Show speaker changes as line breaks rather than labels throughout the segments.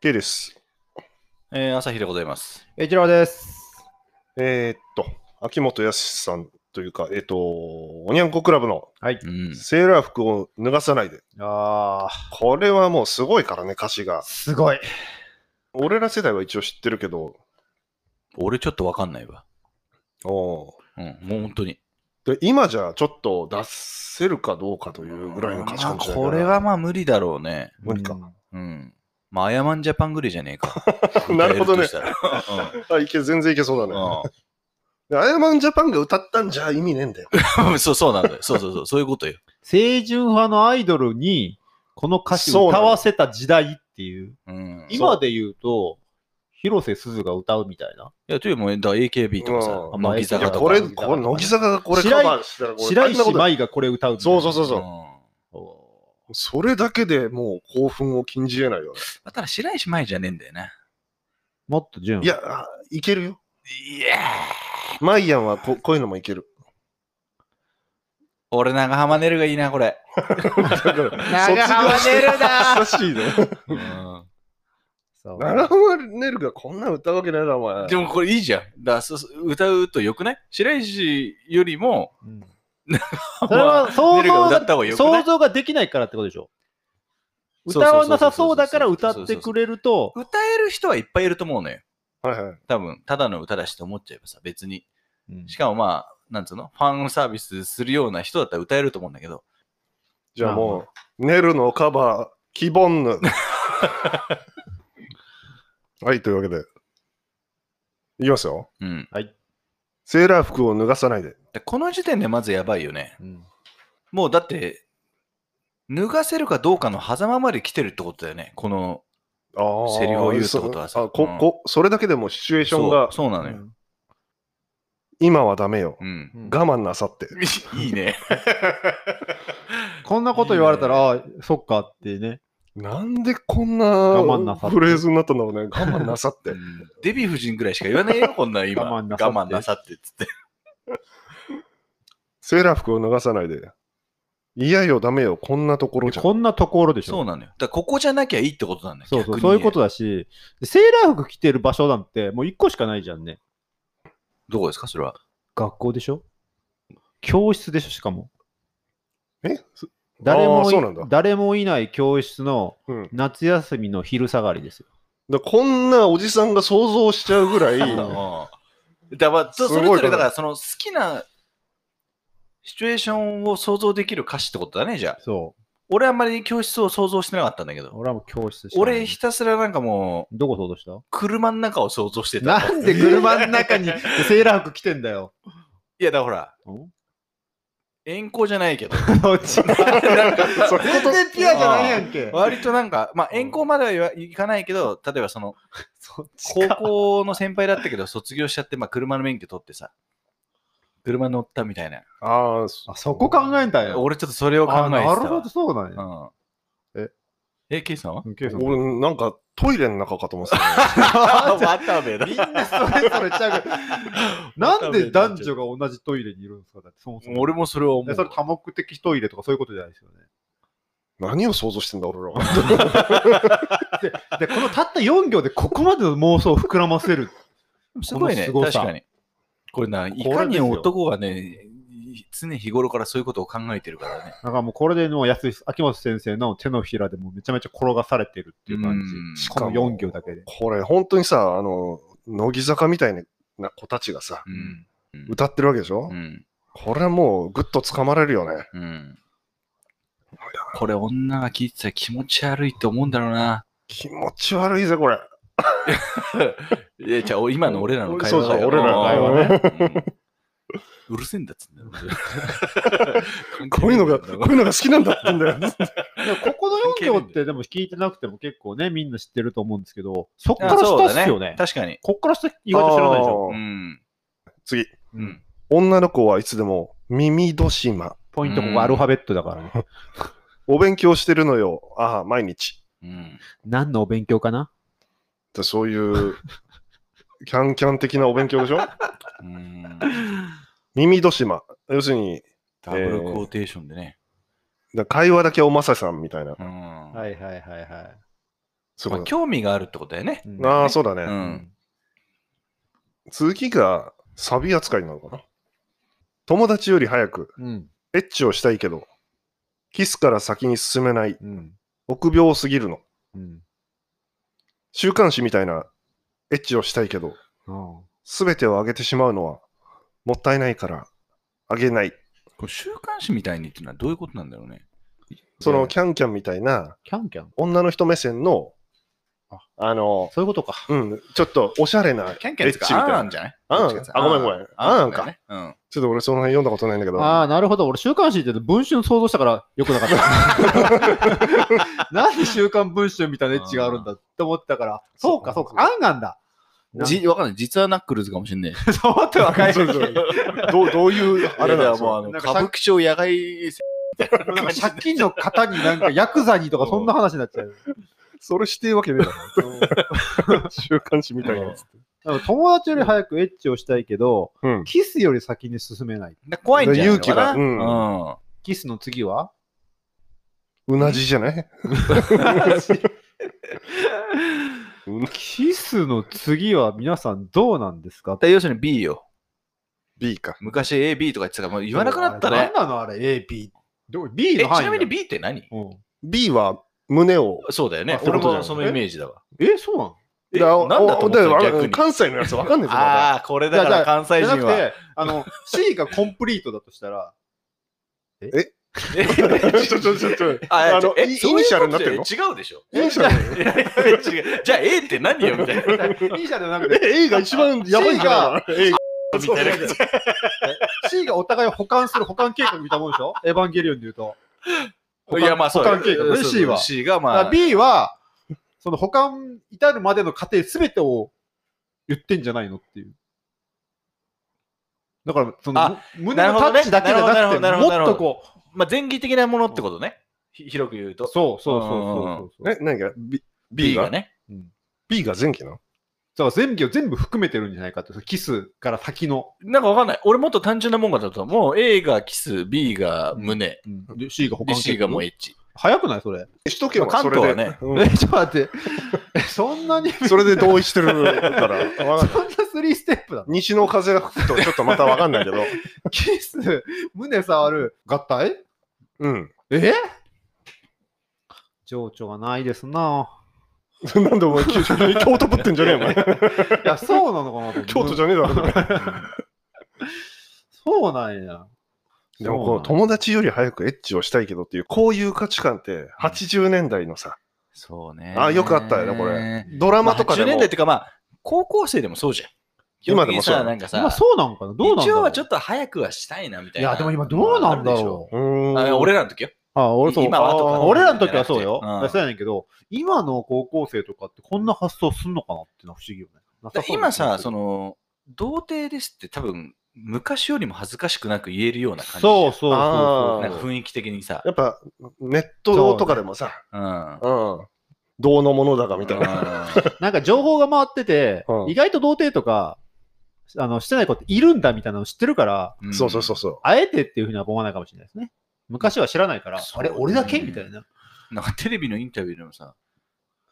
K です。
えー、朝日でございます。
えちらです。
えーっと、秋元康さんというか、えーっと、おにゃんこクラブの
はい。
うん。
セーラー服を脱がさないで。
ああ、
これはもうすごいからね、歌詞が。
すごい。
俺ら世代は一応知ってるけど、
俺ちょっとわかんないわ。
おー
うん、もう本当に。
で今じゃちょっと出せるかどうかというぐらいの歌詞か
まあ
もしれない
こ
な
れはまあ無理だろうね。
無理か。
うん。まあ、アヤマンジャパンぐらいじゃねえか。
なるほどね
歌えるとしたら
あいけ全然いけそうだね。でアイアンマンジャパンが歌ったんじゃ意味ねえんだよ。
うん。 そう、そうなんだよ。そうそうそう。そういうことよ。
清純派のアイドルに、この歌詞
そ
を
うな
歌
の
わせた時代っていう。
うん。い
今で言うと、広瀬すずが歌うみたいな。
や、というよりも、だから AKB とかさ
う、ん
乃木
い
だか
や、
坂
ら
とか。
これ、
乃木坂
これ、乃木坂がこれ
白
カ
い
バーしたら、これ、
白
大変な
石
ことだよ
舞がこれ歌うみたい
そう
な
そうそうそう。
お
それだけでもう興奮を禁じ得ないよね。
うんただ、白石麻衣じゃねえんだよな。
ーもっと純。
いや、あいけるよ。
いやー
マイアンはここういうのもいける。
俺、長浜ねるがいいな、これ。
だ から
長浜ねるだ
卒業して久しいね。
うん。
そう、
長浜ねるがこんなん 歌うわけないだろ、お前。
でもこれいいじゃん。だそうそう歌うとよくない白石よりも、
うんそれは
まあ
想
ネルが
像
歌
が
った方がよくな
想
い
像ができないからってことでしょ。歌
そうそうそう
わなさそうだから歌ってくれると、
歌える人はいっぱいいると思うのよ。
はいはい。
多分、ただの歌だしと思っちゃえばさ、別に。
うん
しかもまあ、なんつうのファンサービスするような人だったら歌えると思うんだけど。
じゃあもう、ねるのカバー、キボン ヌ。はい、というわけで。いきますよ。
うん。
セーラー服を脱がさないで。
でこの時点でまずやばいよね。
うん
もうだって、脱がせるかどうかの狭間まで来てるってことだよね。この、
あー
セリフを言うってことはさ
そあこ
うん
こそれだけでもシチュエーション
そう
が、
そうなのよ。
今はダメよ。
うん。
うん
我慢なさって。
いいね。
こんなこと言われたら、ああそっかってね。
なんでこん
我慢な
な
さって
フレーズになったんだろうね。我慢なさっ
う
て。
んデヴィ夫人ぐらいしか言わねえよ、こんなん今。
我慢なさって
我慢なさってっつって。
セーラー服を脱がさないで。嫌よ、ダメよ、こんなところじゃん。
こんなところでしょ
そう。なのよ。だからここじゃなきゃいいってことなんだよ。
そう
逆
そう、
に
そういうことだし、セーラー服着てる場所なんて、もう一個しかないじゃんね。
どこですか、それは。
学校でしょ教室でしょしかも。
えそ
誰
あー
もい
そうなんだ
誰もいない教室の
うん、だか
夏休みの昼下がりですよ。
らこんなおじさんが想像しちゃうぐ ら
うんだ
い、
からまあそ
すごい
それぞれ、
こと
だから、その好きなシチュエーションを想像できる歌詞ってことだね、じゃあ。
そ
俺あんまり教室を想像してなかったんだけ
う。
ど。
俺はもう教室しかない
俺ひたすらなんかもう、
どこ想像した
車の中を想像してた。
なんで車の中にセーラー服着てんだよ。
いや、だからほら、
ん
遠行じゃないけど、
そっち
なんか
そういうこと
然ピュアじゃないやん け。
割となん か、まあ遠行まではいわいかないけど、例えばその、
そっち
高
か。
校の先輩だったけど、卒業しちゃって、まあ、車の免許取ってさ、車乗ったみたいな。
ああ、
あそこ考えたんや。
俺ちょっとそれを考えてた
あ
わ。
なるほど、そうなんや。
うん。
え
え、ケイさんは
ケイさん
俺なんかトイレの中かと思ってたね、
渡部だ。
みんなそれぞれちゃ うから。なんで男女が同じトイレにいるんですかだってそもそも。
俺もそれは思
えそれ
う。
多目的トイレとかそういうことじゃないですよね。
何を想像してんだ、俺らは。
で、このたった4行でここまでの妄想を膨らませる。
すごいね、
この
確
凄さ
かに。これな、い
こ
か
れで
に
すよ
男がね、い常日頃からそういうことを考えてるからね。
だからもうこれでもう安井秋元先生の手のひらでもうめちゃめちゃ転がされてるっていう感
うん
じ。この4行だけで。
これ、本当にさ、あの、乃木坂みたいな子たちがさ、
うん。
歌ってるわけでしょ、
うん。
これはもうぐっとつかまれるよね。
うん。これ女が聞いてたら気持ち悪いと思うんだろうな。
気持ち悪いぜ、これ。
いや、じゃあ、今の俺らの会話
そうそう俺
らの会話
ね。うんうるせえんだっつうんだよ。
こういうのが、こういうのが好きなんだって言うんだよ。
でもここの4行ってでも聞いてなくても結構ね、みんな知ってると思うんですけど、そっから
あそ
下
う
っす
だ
よ
ね
ね。。
確かに。
こっから下意外と知らないでしょ。
あー
うん。
次。
うん。
女の子はいつでも耳戸島。
ポイントここアルファベットだからね。
お勉強してるのよ。ああ、毎日。
うん。
何のお勉強か な
でそういう、キャンキャン的なお勉強でしょ
うん
耳戸島。要するに、
ダブルクォーテーションでね。
だ会話だけおまささんみたいな。
うん。
いはいはいはい。
そう
ま
い
あ
うこ
興味があるってことだよね。
と。ああ、そうだね。
う。
うん
次がサビ扱いなのかな友達より早く
うん。
エッチをしたいけどキスから先に進めない
うん。
臆病すぎるの
うん。
週刊誌みたいなエッチをしたいけど
ああ
全てをあげてしまうのはもったいないからあげない
これ週刊誌みたいにっていうのはどういうことなんだろうね。
そ
いや
のキャンキャンみたいな
キャンキャン。
女の人目線の
あ
あの
そういうことか。
うんちょっとおしゃれなエ
キャンキャン
ッ
つ
チみ
か
たい
あーな
なん
じゃない
あー
どっちかっていうと
あごめんごめん
ー
あー
だよねうん。
ちょっと俺その辺読んだことないんだけど
ああ、なるほど。俺、週刊誌って言うと文春想像したからよくなかった。なんで週刊文春みたいなエッチがあるんだって思ってたから、そうか、そうか、あんなんだ。
じわかんない。実はナックルズかもしれない。
そう思って若い。
そうそうどうどういうあれ
だ
なんで
よ
すか
もうあの
なんか
歌舞伎町野外
なんか借金の方になんかヤクザにとかそんな話になっちゃう。
それしてるわけねえだろ週刊誌みたいなやつって
なんか友達より早くエッチをしたいけど、
うん
キスより先に進めない。
で怖いんじゃないのかな
勇気が
キスの次は
うなじじゃないうな
キスの次は皆さんどうなんですか
うん。要するに B よ。
B か。
昔 AB とか言ってたからもう言わなくなった
何
ね。
なのあれ、A、B。どう B
えち
の範囲
なみに B って何
うん
B は胸を。
そうだよね
あ。そうい
俺
うことだよ
もそのイメージだわ。
え、そうなの
え
だ
なんだと思った
おだから
逆に
関西のやつわかんないですよまだ。
ああ、これだから関西
じゃな
人
く
は。
て、あの、C がコンプリートだとしたら、
ちょちょちょちょ。
あ
あの、
え
イイニ
そういうこと
シャルになってるの
じゃ違うでしょ。
イニシャル
いやいや違うじゃあ A って何よみたいな。み
イニシャルじゃなくて、
え A が一番やばいんじゃないかな A
たいな感じ。
C がお互いを補完する補完計画みたいなもんでしょエヴァンゲリオンで言うと。
いやまあそう
補完計画ね
そうそう
C は
C が
だか
ま
ら
あ
B は、その補完至るまでの過程すべてを言ってんじゃないのっていう。だから、その
あ、
胸のタッチだけじゃなくて、
なるほどねなる
もっ
ほどなるほど
とこう、
まあ前期的なものってことね。ひ広く言うと。
そうそうそうそうそう。
え、何が ?B
B が
ね。
ね。
B が前期なの
だから全部を全部含めてるんじゃないかって、そのキスから先の、
なんかわかんない。俺もっと単純なもんかと思ったもう A がキス、B が胸、
で C が補
で
完
C がもうエッチ。
早くないそれ。
首都圏
まあ
はそ
関
れ
東
で。
はね
うん
え、ちょっと待って。えそんなに、そん
それで同意してるから、わかん ない。
な3ステップだの
西の風が吹くとちょっとまたわかんないけど。
キス、胸触る、合体
うん。
え情緒がないですな
なんでお前、急に京都ぶってんじゃねえお前。
ぁ。いや、そうなのか なと思って
京都じゃねえだろ。
そうなんや。
でもこの
そうなんや
友達より早くエッチをしたいけどっていう、こういう価値観って80年代のさ、
そうね。
あよくあったよね、これ。。ドラマとかで
10年
も
代っ、ていうかまあ、高校生でもそうじゃん。
今でもそう
よくさなんかさ、
今そうなんかなどうなんだろう
一応はちょっと早くはしたいなみた
い
いな。
や、でも今どうなんだろう。
うー
あ
ん
俺らの時よ。
あ、俺そう。
今はとか
あ俺らの時はそうよ。
うん
いやそうやねんけど、今の高校生とかってこんな発想すんのかなってのは不思議よね。な
だ
さ
か
そ
ら
うだ
今
ね
さ、そ、の、童貞ですって多分、昔よりも恥ずかしくなく言えるような感じ。
そうそうそう
あ
そ
ー
う。
なんか雰囲気的にさ。
やっぱネットとかでもさ、
うん。
うん、どうのものだかみたいな。
う
なんか情報が回ってて、
うん
意外と童貞とか、あの、してない子っているんだみたいなの知ってるから、
ん
そうそうそうそ
あえてっていうふうには思わないかもしれないですね。昔は知らないから、
そう
あれ、俺だけみたいな。
なんかテレビのインタビューでもさ、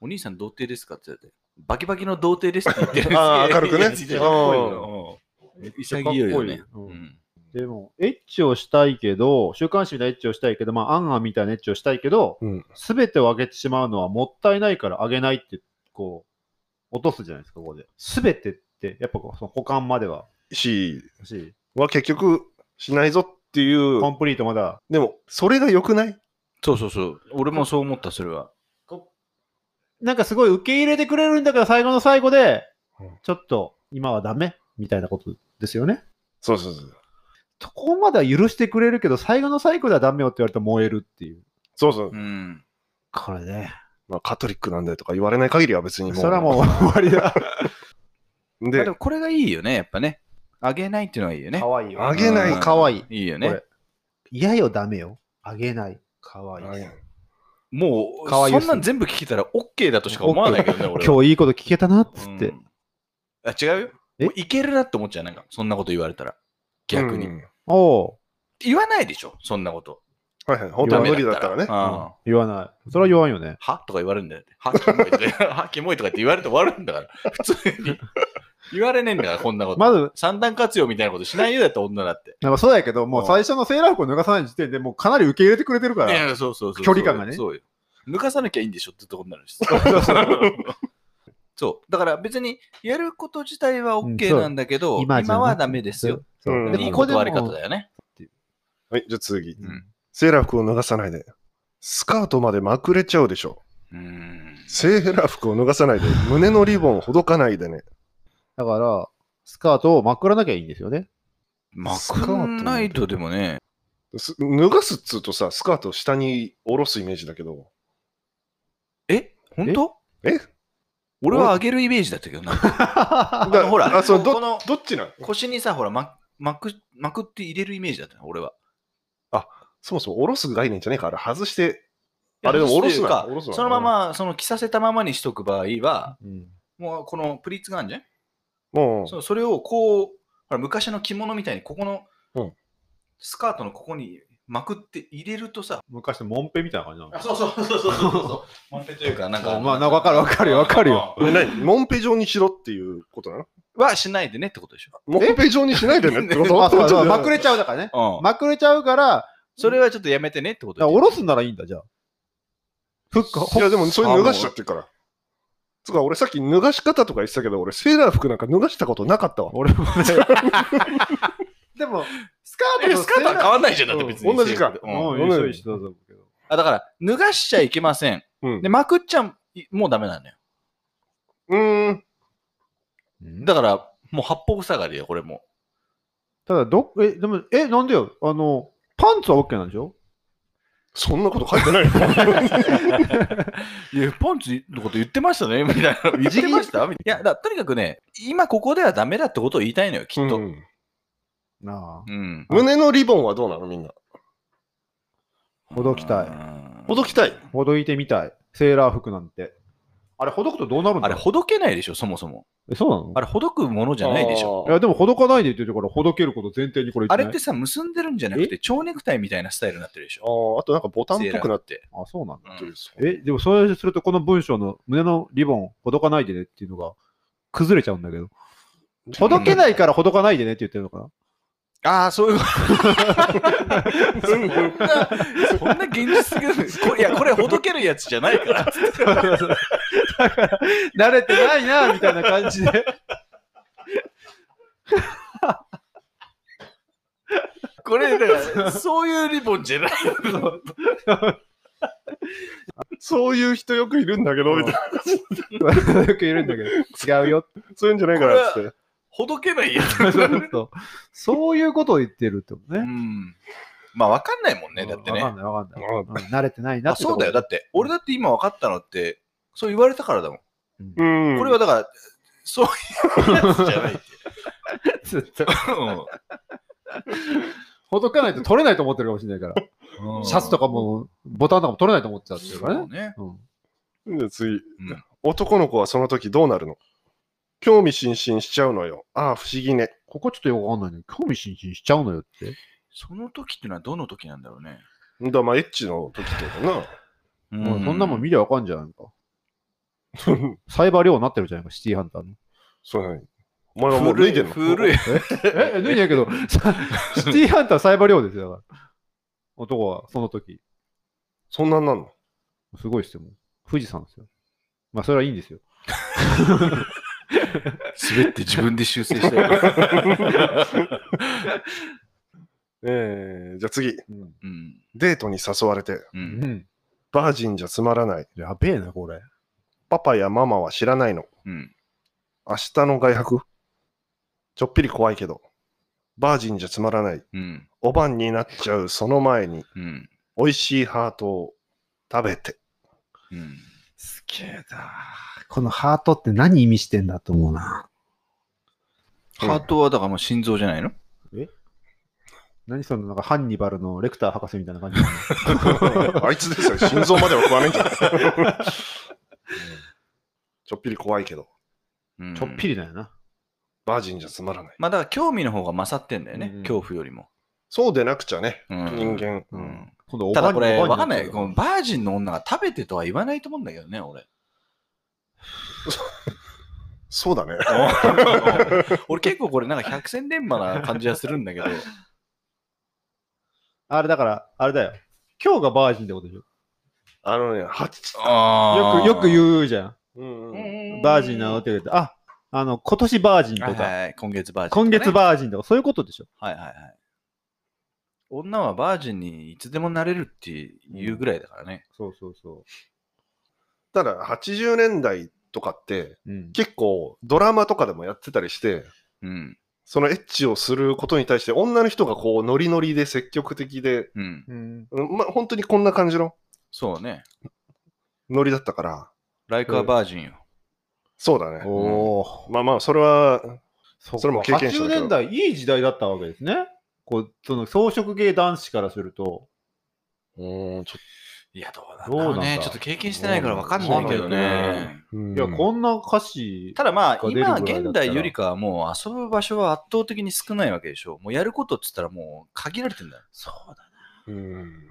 お兄さん童貞ですかって言って、バキバキの童貞ですって言ってる
あー明るくね
やついたじゃん
うん
かっこいいようん潔いよね。
う
うんん
でも、エッチをしたいけど、週刊誌みたいなエッチをしたいけど、まあ、アンアンみたいなエッチをしたいけど
うん、
すべ、てをあげてしまうのはもったいないからあげないって、こう、落とすじゃないですか、ここで。すべてって、やっぱこう、その保管までは
う。し、
欲しい。
は結局しないぞっていう
コ、ンプリートまだ。
でもそれが良くない
そうそうそう。俺もそう思った、それは。
なんかすごい受け入れてくれるんだから、最後の最後で
うん、
ちょっと、今はダメみたいなことですよね。
そうそうそう。
そこまでは許してくれるけど、最後の最後ではダメよって言われたら燃えるっていう。
そうそう。
うん。
これね。
まあ、カトリックなんだよとか言われない限りは別にもう。
それはもう終わりだ。
う。
まあ
で
で、もこれがいいよね、やっぱね。あげないっていうのはいいよね。
わいい
あげない
うん
かわいい。
いいよ
こ
ね
れ。嫌よ、ダメよ。あげない。かわいい。
もう、
かわいい
そ
です
んなん全部聞けたら OK だとしか思わないけどね、俺は。
今日いいこと聞けたなっつって。
うんあ違うよ。
え
もういけるなって思っちゃう。なんか、そんなこと言われたら。逆に。
うん
おう
言わないでしょ、そんなこと。
はいはい。本当に無理だったらね。
は
言わない。それは言わんよね。
とか言われるんだよね。はキモいとか、はキモいとかって言われて終わるんだから。普通に。言われねえんだから、こんなこと。
まず、
三段活用みたいなことしないようだった女だって。
なんかそうやけど、もう最初のセーラー服を脱がさない時点でもうかなり受け入れてくれてるか
い
ら。
や、そうそうそう。
距離感がね
そうよ。抜かさなきゃいいんでしょってとこになるし。そう。だから別にやること自体は
うん
OK
そう
なんだけど、
今
今
じゃな
はダメですよ。
そう
うん
で
いい
ここでも
断り方だよね。
はい、じゃあ次。
うん
セーラー服を脱がさないで。スカートまでまくれちゃうでしょ。
うん。
セーラー服を脱がさないで。胸のリボンをほどかないでね。
だから、スカートをまくらなきゃいいんですよ ね。
まくんないとでもね、
す脱がすっつうとさ、スカートを下に下ろすイメージだけど。
え本当
え
俺は上げるイメージだったけど な。あのほら、
あそう
こ
ど
この
どっちなん
腰にさ、ほら、ままくまくって入れるイメージだったの、俺は。
そもそも下ろす概念じゃねえから、外して、あれでも下ろすな
か
下ろすな
そのまま、その着させたままにしとく場合は、
うん
もうこのプリーツがあるんじゃん
もう、
そうそれをこう、ほら昔の着物みたいに、ここの、
うん
スカートのここにまくって入れるとさ、
昔のモンペみたいな感じなの。
そうそうそうそうそうそう、モンペというか、なんか、
まあなわかるわかるよわかるよ
うん。
何モンペ状にしろっていうことなの
はしないでねってことでし
モンペ状にしないでねってこと
あそうだそうだまく
れ
れちゃうだからね。
ょ。うん
まくれちゃうから、
それはちょっとやめてねってこと
だから下ろすんならいいんだ、じゃあ。ふっか、
いや、でもそれ脱がしちゃってるから。つうか、俺さっき脱がし方とか言ってたけど、俺セーラー服なんか脱がしたことなかったわ。
俺もね。でも、スカート
え
と
スカートは変わんないじゃん、だって
うん
別に。
同じか
うん
ん
うん、一緒一緒だと思うけど。
あだから、脱がしちゃいけません。
うん
で、まくっちゃもうダメなのよ。
うーん。
だ
だから、もう八方塞がりよ、これも
ただ、ど、え、でも、え、なんでよ、あの、パンツは OK なんでしょ
そんなこと書いてない よ。
う。いや、パンツのこと言ってましたね、みたいな。言ってましたみたいな。いや、だとにかくね、今ここではダメだってことを言いたいのよ、きっと。
う
うん。
ん
な
胸のリボンはどうなのみんな。
ほどきたい
うん
ほどきたい。
あ。ほどいてみたい。セーラー服なんて。あれ、ほどくとどうなるんだ
あ
ろ
れ、
う
ほどけないでしょ、そもそも。
え、そうなの
あれ、ほどくものじゃないでしょ。
いや、でも、ほどかないで言ってるから、ほどけること前提にこれ言
あ
っ
れ
てな
っ
い
てさ、結んでるんじゃなくて、蝶ネクタイみたいなスタイルになってるでし
あ
ょ。
ーあとなんかボタンっぽくなっ
って。
あ、そうなんだ。
うん
てる。
え、でも、それすると、この文章の胸のリボン、ほどかないでねっていうのが、崩れちゃうんだけど。ほどけないからほどかないでねって言ってるのかな
ああ、そういうこと。そん な、そんな現実的なこれ。いや、これほどけるやつじゃないから。
慣れてないな、みたいな感じ で。
これ、だから、そういうリボンじゃない。
そういう人よくいるんだけど、みたいな。
よくいるんだけど、違うよって。
そういうんじゃないからっつって。
ほどけないやつ。
そうそうそういうことを言ってるってこと
う
ね。
ん。まあ、わかんないもんね、だって
わか
ね。
んないわかんない。
あ
うん慣れてないな
あ
ってと
そ
こ
うだよ。だって、俺だって今わかったのって、そう言われたからだもん。
うん。
これはだから、そういうやつじゃない って。
ずっと
う
ほどかないと取れないと思ってるかもしれないから。
ん
シャツとかも、ボタンとかも取れないと思っちゃってるから
そうね。
ね。うん
じゃあ次、
ん
男の子はその時どうなるの興味津々しちゃうのよ。ああ、不思議ね。
ここちょっとよくわかんないね。興味津々しちゃうのよって。
その時ってのはどの時なんだろうね。
んだ、まあ、エッチの時ってことな。
う
もうそんなもん見りゃわかんじゃないか。
うん
サイバー量になってるじゃないか、シティハンターの。
そうなに。お前はもう脱いでんの
古い。
え、脱いだけ ど、さシティハンターサイバー量ですよ、だから。男はその時。
そんなんなんの
すごいですよ、もう。富士山ですよ。まあ、それはいいんですよ。
滑って自分で修正したよ。
えー、じゃあ次。
うん。
うん。
デートに誘われて、
う。
うんん、
バージンじゃつまらない。
やべえな、これ。
パパやママは知らないの。
うん。
明日の外泊ちょっぴり怖いけど。バージンじゃつまらない。
うん。
おばんになっちゃうその前に、
うん。
美味しいハートを食べ て。
うん。
すげえな。このハートって何意味してんだと思うな。
ハートはだからもう心臓じゃないの
何その、なんか、ハンニバルのレクター博士みたいな感じ。
あいつですよ、心臓までは食わねえんじゃないうんちょっぴり怖いけど、
ちょっ
り。
ぴりだよな。
バージンじゃつまらない。
まあだから興味の方が勝ってんだよね。
うん
恐怖よりも。
そうでなくちゃね、
うん
人間。
うん
今度おば
ただこれ、
お
わ
ばに
かんない。このバージンの女が食べてとは言わないと思うんだけどね、俺。
そうだね。
俺結構これなんか百戦錬磨な感じはするんだけど。
あれだから、あれだよ。今日がバージンってことでしょ。
あのね、八
よ
よく、よく
う。
言うじゃ
うんうん
ん。バージンなのって言うと、あ、あの、今年バージンと
はい
か、
はいはい、今月バージンとかね、
今月バージンとか、そういうことでしょ。
はいはいはい。女はバージンにいつでもなれるっていうぐらいだからね。
そうそうそ
ただ、80年代とかって、
う。うん。
結構ドラマとかでもやってたりして、
うん。
そのエッチをすることに対して、女の人がこう、ノリノリで積極的で、
うん。
うん、
うんまあ、本当にこんな感じの
そうね。
ノリだったから、
ライクはバージンよ。
そうだね。
おお、
まあまあ、それは、
そ
それも経験者だ
80
けど
年代、いい時代だったわけですね。こう、その草食系男子からすると、
うん、ちょっ
いや、どうなんだ
どう
ろ
な
うん
だ
ね。ちょっと経験してないからわかんないけど
わかんない
ね。
とうん
いや、こんな歌詞、
ただまあ、
が出るぐらいだ
今
ったら
現代よりかはもう遊ぶ場所は圧倒的に少ないわけでしょ。もうやることっつったらもう限られてんだよ。
そうだ
うん。で、
うん。い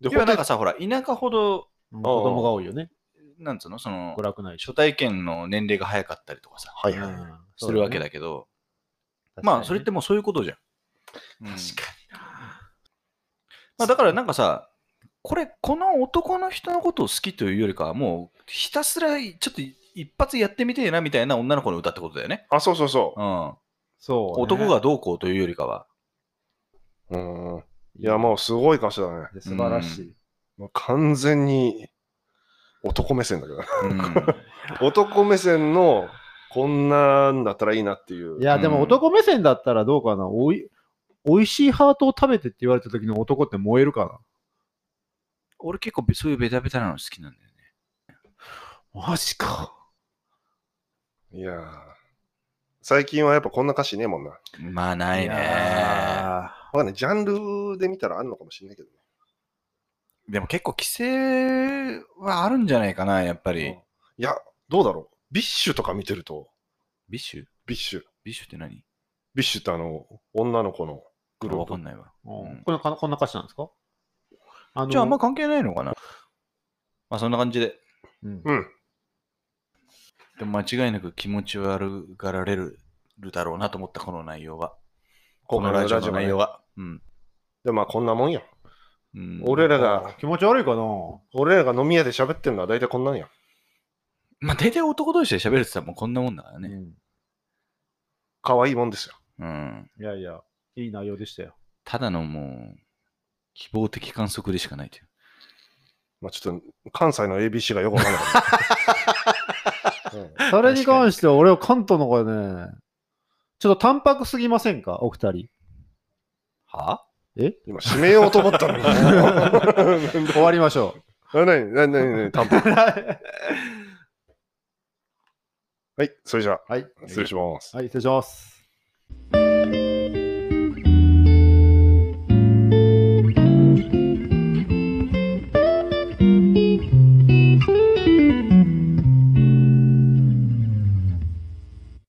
や、
ほ
なん
と
かさ、ほら、田舎ほど、
子供が多いよね。
なんつうの、その
娯、楽ないし。
初体験の年齢が早かったりとかさ、
はいはい。
するわけ
だ。
だけど、
確かに
まあ、それって、もうそういうことじゃん。確
確か
まあ、だからなんかさ、これ、この男の人のことを好きというよりかは、もうひたすらちょっと一発やってみてえなみたいな女の子の歌ってことだよね。
あ、そうそうそ
うん、
そう、
男が。どうこうというよりかは。
う。うん。いや、もうすごい歌詞だね。
う、素晴らしい。
もう完全に男目線だけどね。
うん、
男目線のこんなんだったらいいなっていう。
いや、で
うん
も男目線だったらどうかな。おい、美味しいハートを食べてって言われた時の男って燃えるか
俺結構そういうベタベタなの好きなんだよね。
な。マジか。
いやー最近はやっぱこんな歌詞ねえもんな。
まあないね。
や
まあね、ジャンルで見たらあるのかもしれないけどね。
でも結構規制はあるんじゃないかな、やっぱり。
いや、どうだろう。ビッシュとか見てると、
ビッシュ
ビッシュ。
ビッシュって何
ビッシュってあの、女の子のグルー
わ
プ
か。んないわ。
ー
うん
こんなこんな歌詞なんですかあの
じゃああんま関係ないのかな。まあそんな感じで。
うん
うん。
でも間違いなく気持ち悪がられるだろうなと思ったこの内容は。こ
今回
のラ
の
ジオ
ラ
の
ジオ
内
内
容
容
は。うん。
で、まあこんなもんや。
うん
俺らが、
気持ち悪いかな
俺らが飲み屋で喋ってるのは大体こんなんや。
まあ大体男同士で喋るって言ったらもうこんなもんだから
う
ね。
ん
可愛いもんですよ。
うん。
いやいや、いい内容でしたよ。
ただのもう、希望的観測でしかないという。
まあちょっと、関西の ABC がよくわかんなか った。うん
それに関しては、俺は関東の方がね、ちょっと淡白すぎませんか、お二人。
は
今、締めようと思ったの に。
終わりましょ
ななになになになに、担保
う。 は
はい、それじゃあ、
い、
失礼します。
はい、失礼します。